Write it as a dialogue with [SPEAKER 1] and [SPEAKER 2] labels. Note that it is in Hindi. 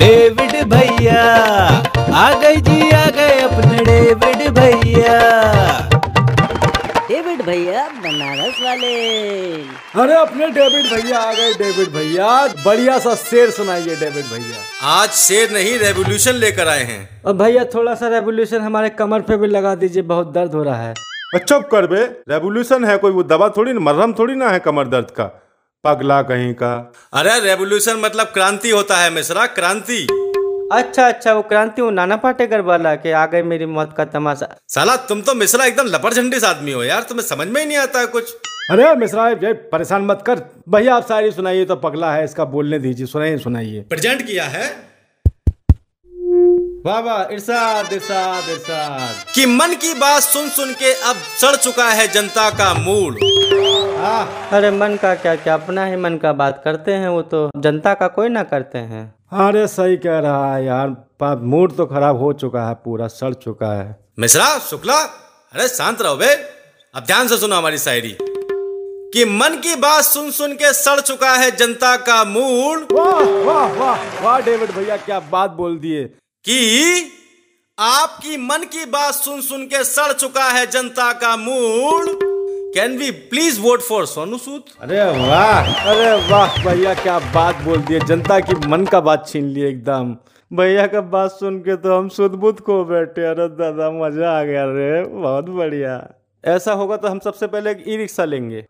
[SPEAKER 1] डेविड भैया आ गए जी आ गए अपने डेविड भैया
[SPEAKER 2] डेविड भैया बनारस वाले
[SPEAKER 3] अरे अपने डेविड भैया आ गए डेविड भैया बढ़िया सा शेर सुनाइए डेविड भैया
[SPEAKER 4] आज शेर नहीं रेवोल्यूशन लेकर आए हैं
[SPEAKER 3] और भैया थोड़ा सा रेवोल्यूशन हमारे कमर पे भी लगा दीजिए बहुत दर्द हो रहा है
[SPEAKER 5] चुप कर बे रेवोल्यूशन है कोई वो दवा थोड़ी ना मरहम थोड़ी ना है कमर दर्द का पगला कहीं का
[SPEAKER 4] अरे रेवोल्यूशन मतलब क्रांति होता है मिश्रा क्रांति
[SPEAKER 3] अच्छा अच्छा वो क्रांति वो नाना पाटेकर वाला के आ गए मेरी मौत का तमाशा
[SPEAKER 4] साला तुम तो मिश्रा एकदम लपड़ झंडी से आदमी हो यार तुम्हें समझ में ही नहीं आता है कुछ
[SPEAKER 3] अरे मिश्रा ये परेशान मत कर भैया आप शायरी सुनाइए तो पगला है इसका बोलने दीजिए सुनाइए सुनाइए
[SPEAKER 4] प्रेजेंट किया है
[SPEAKER 3] वाह वाह इरशाद इरशाद इरशाद
[SPEAKER 4] कि मन की बात सुन सुन के अब सड़ चुका है जनता का मूड
[SPEAKER 2] अरे मन का क्या क्या अपना ही मन का बात करते हैं वो तो जनता का कोई ना करते हैं
[SPEAKER 3] अरे सही कह रहा है यार पर मूड तो खराब हो चुका है पूरा सड़ चुका है
[SPEAKER 4] मिश्रा शुक्ला अरे शांत रहो बे अब ध्यान से सुनो हमारी शायरी कि मन की बात सुन सुन के सड़ चुका है जनता का मूड
[SPEAKER 3] वाह वाह वाह वाह डेविड भैया क्या बात बोल दिए
[SPEAKER 4] कि आपकी मन की बात सुन सुन के सड़ चुका है जनता का mood can we please vote for Sonu Sood
[SPEAKER 3] अरे वाह अरे वाह भैया क्या बात बोल दिए जनता की मन का बात छीन लिए एकदम भैया का बात सुन के तो हम सुध बुध को बैठे अरे दादा मजा आ गया रे बहुत बढ़िया ऐसा होगा तो हम सबसे पहले ई रिक्शा लेंगे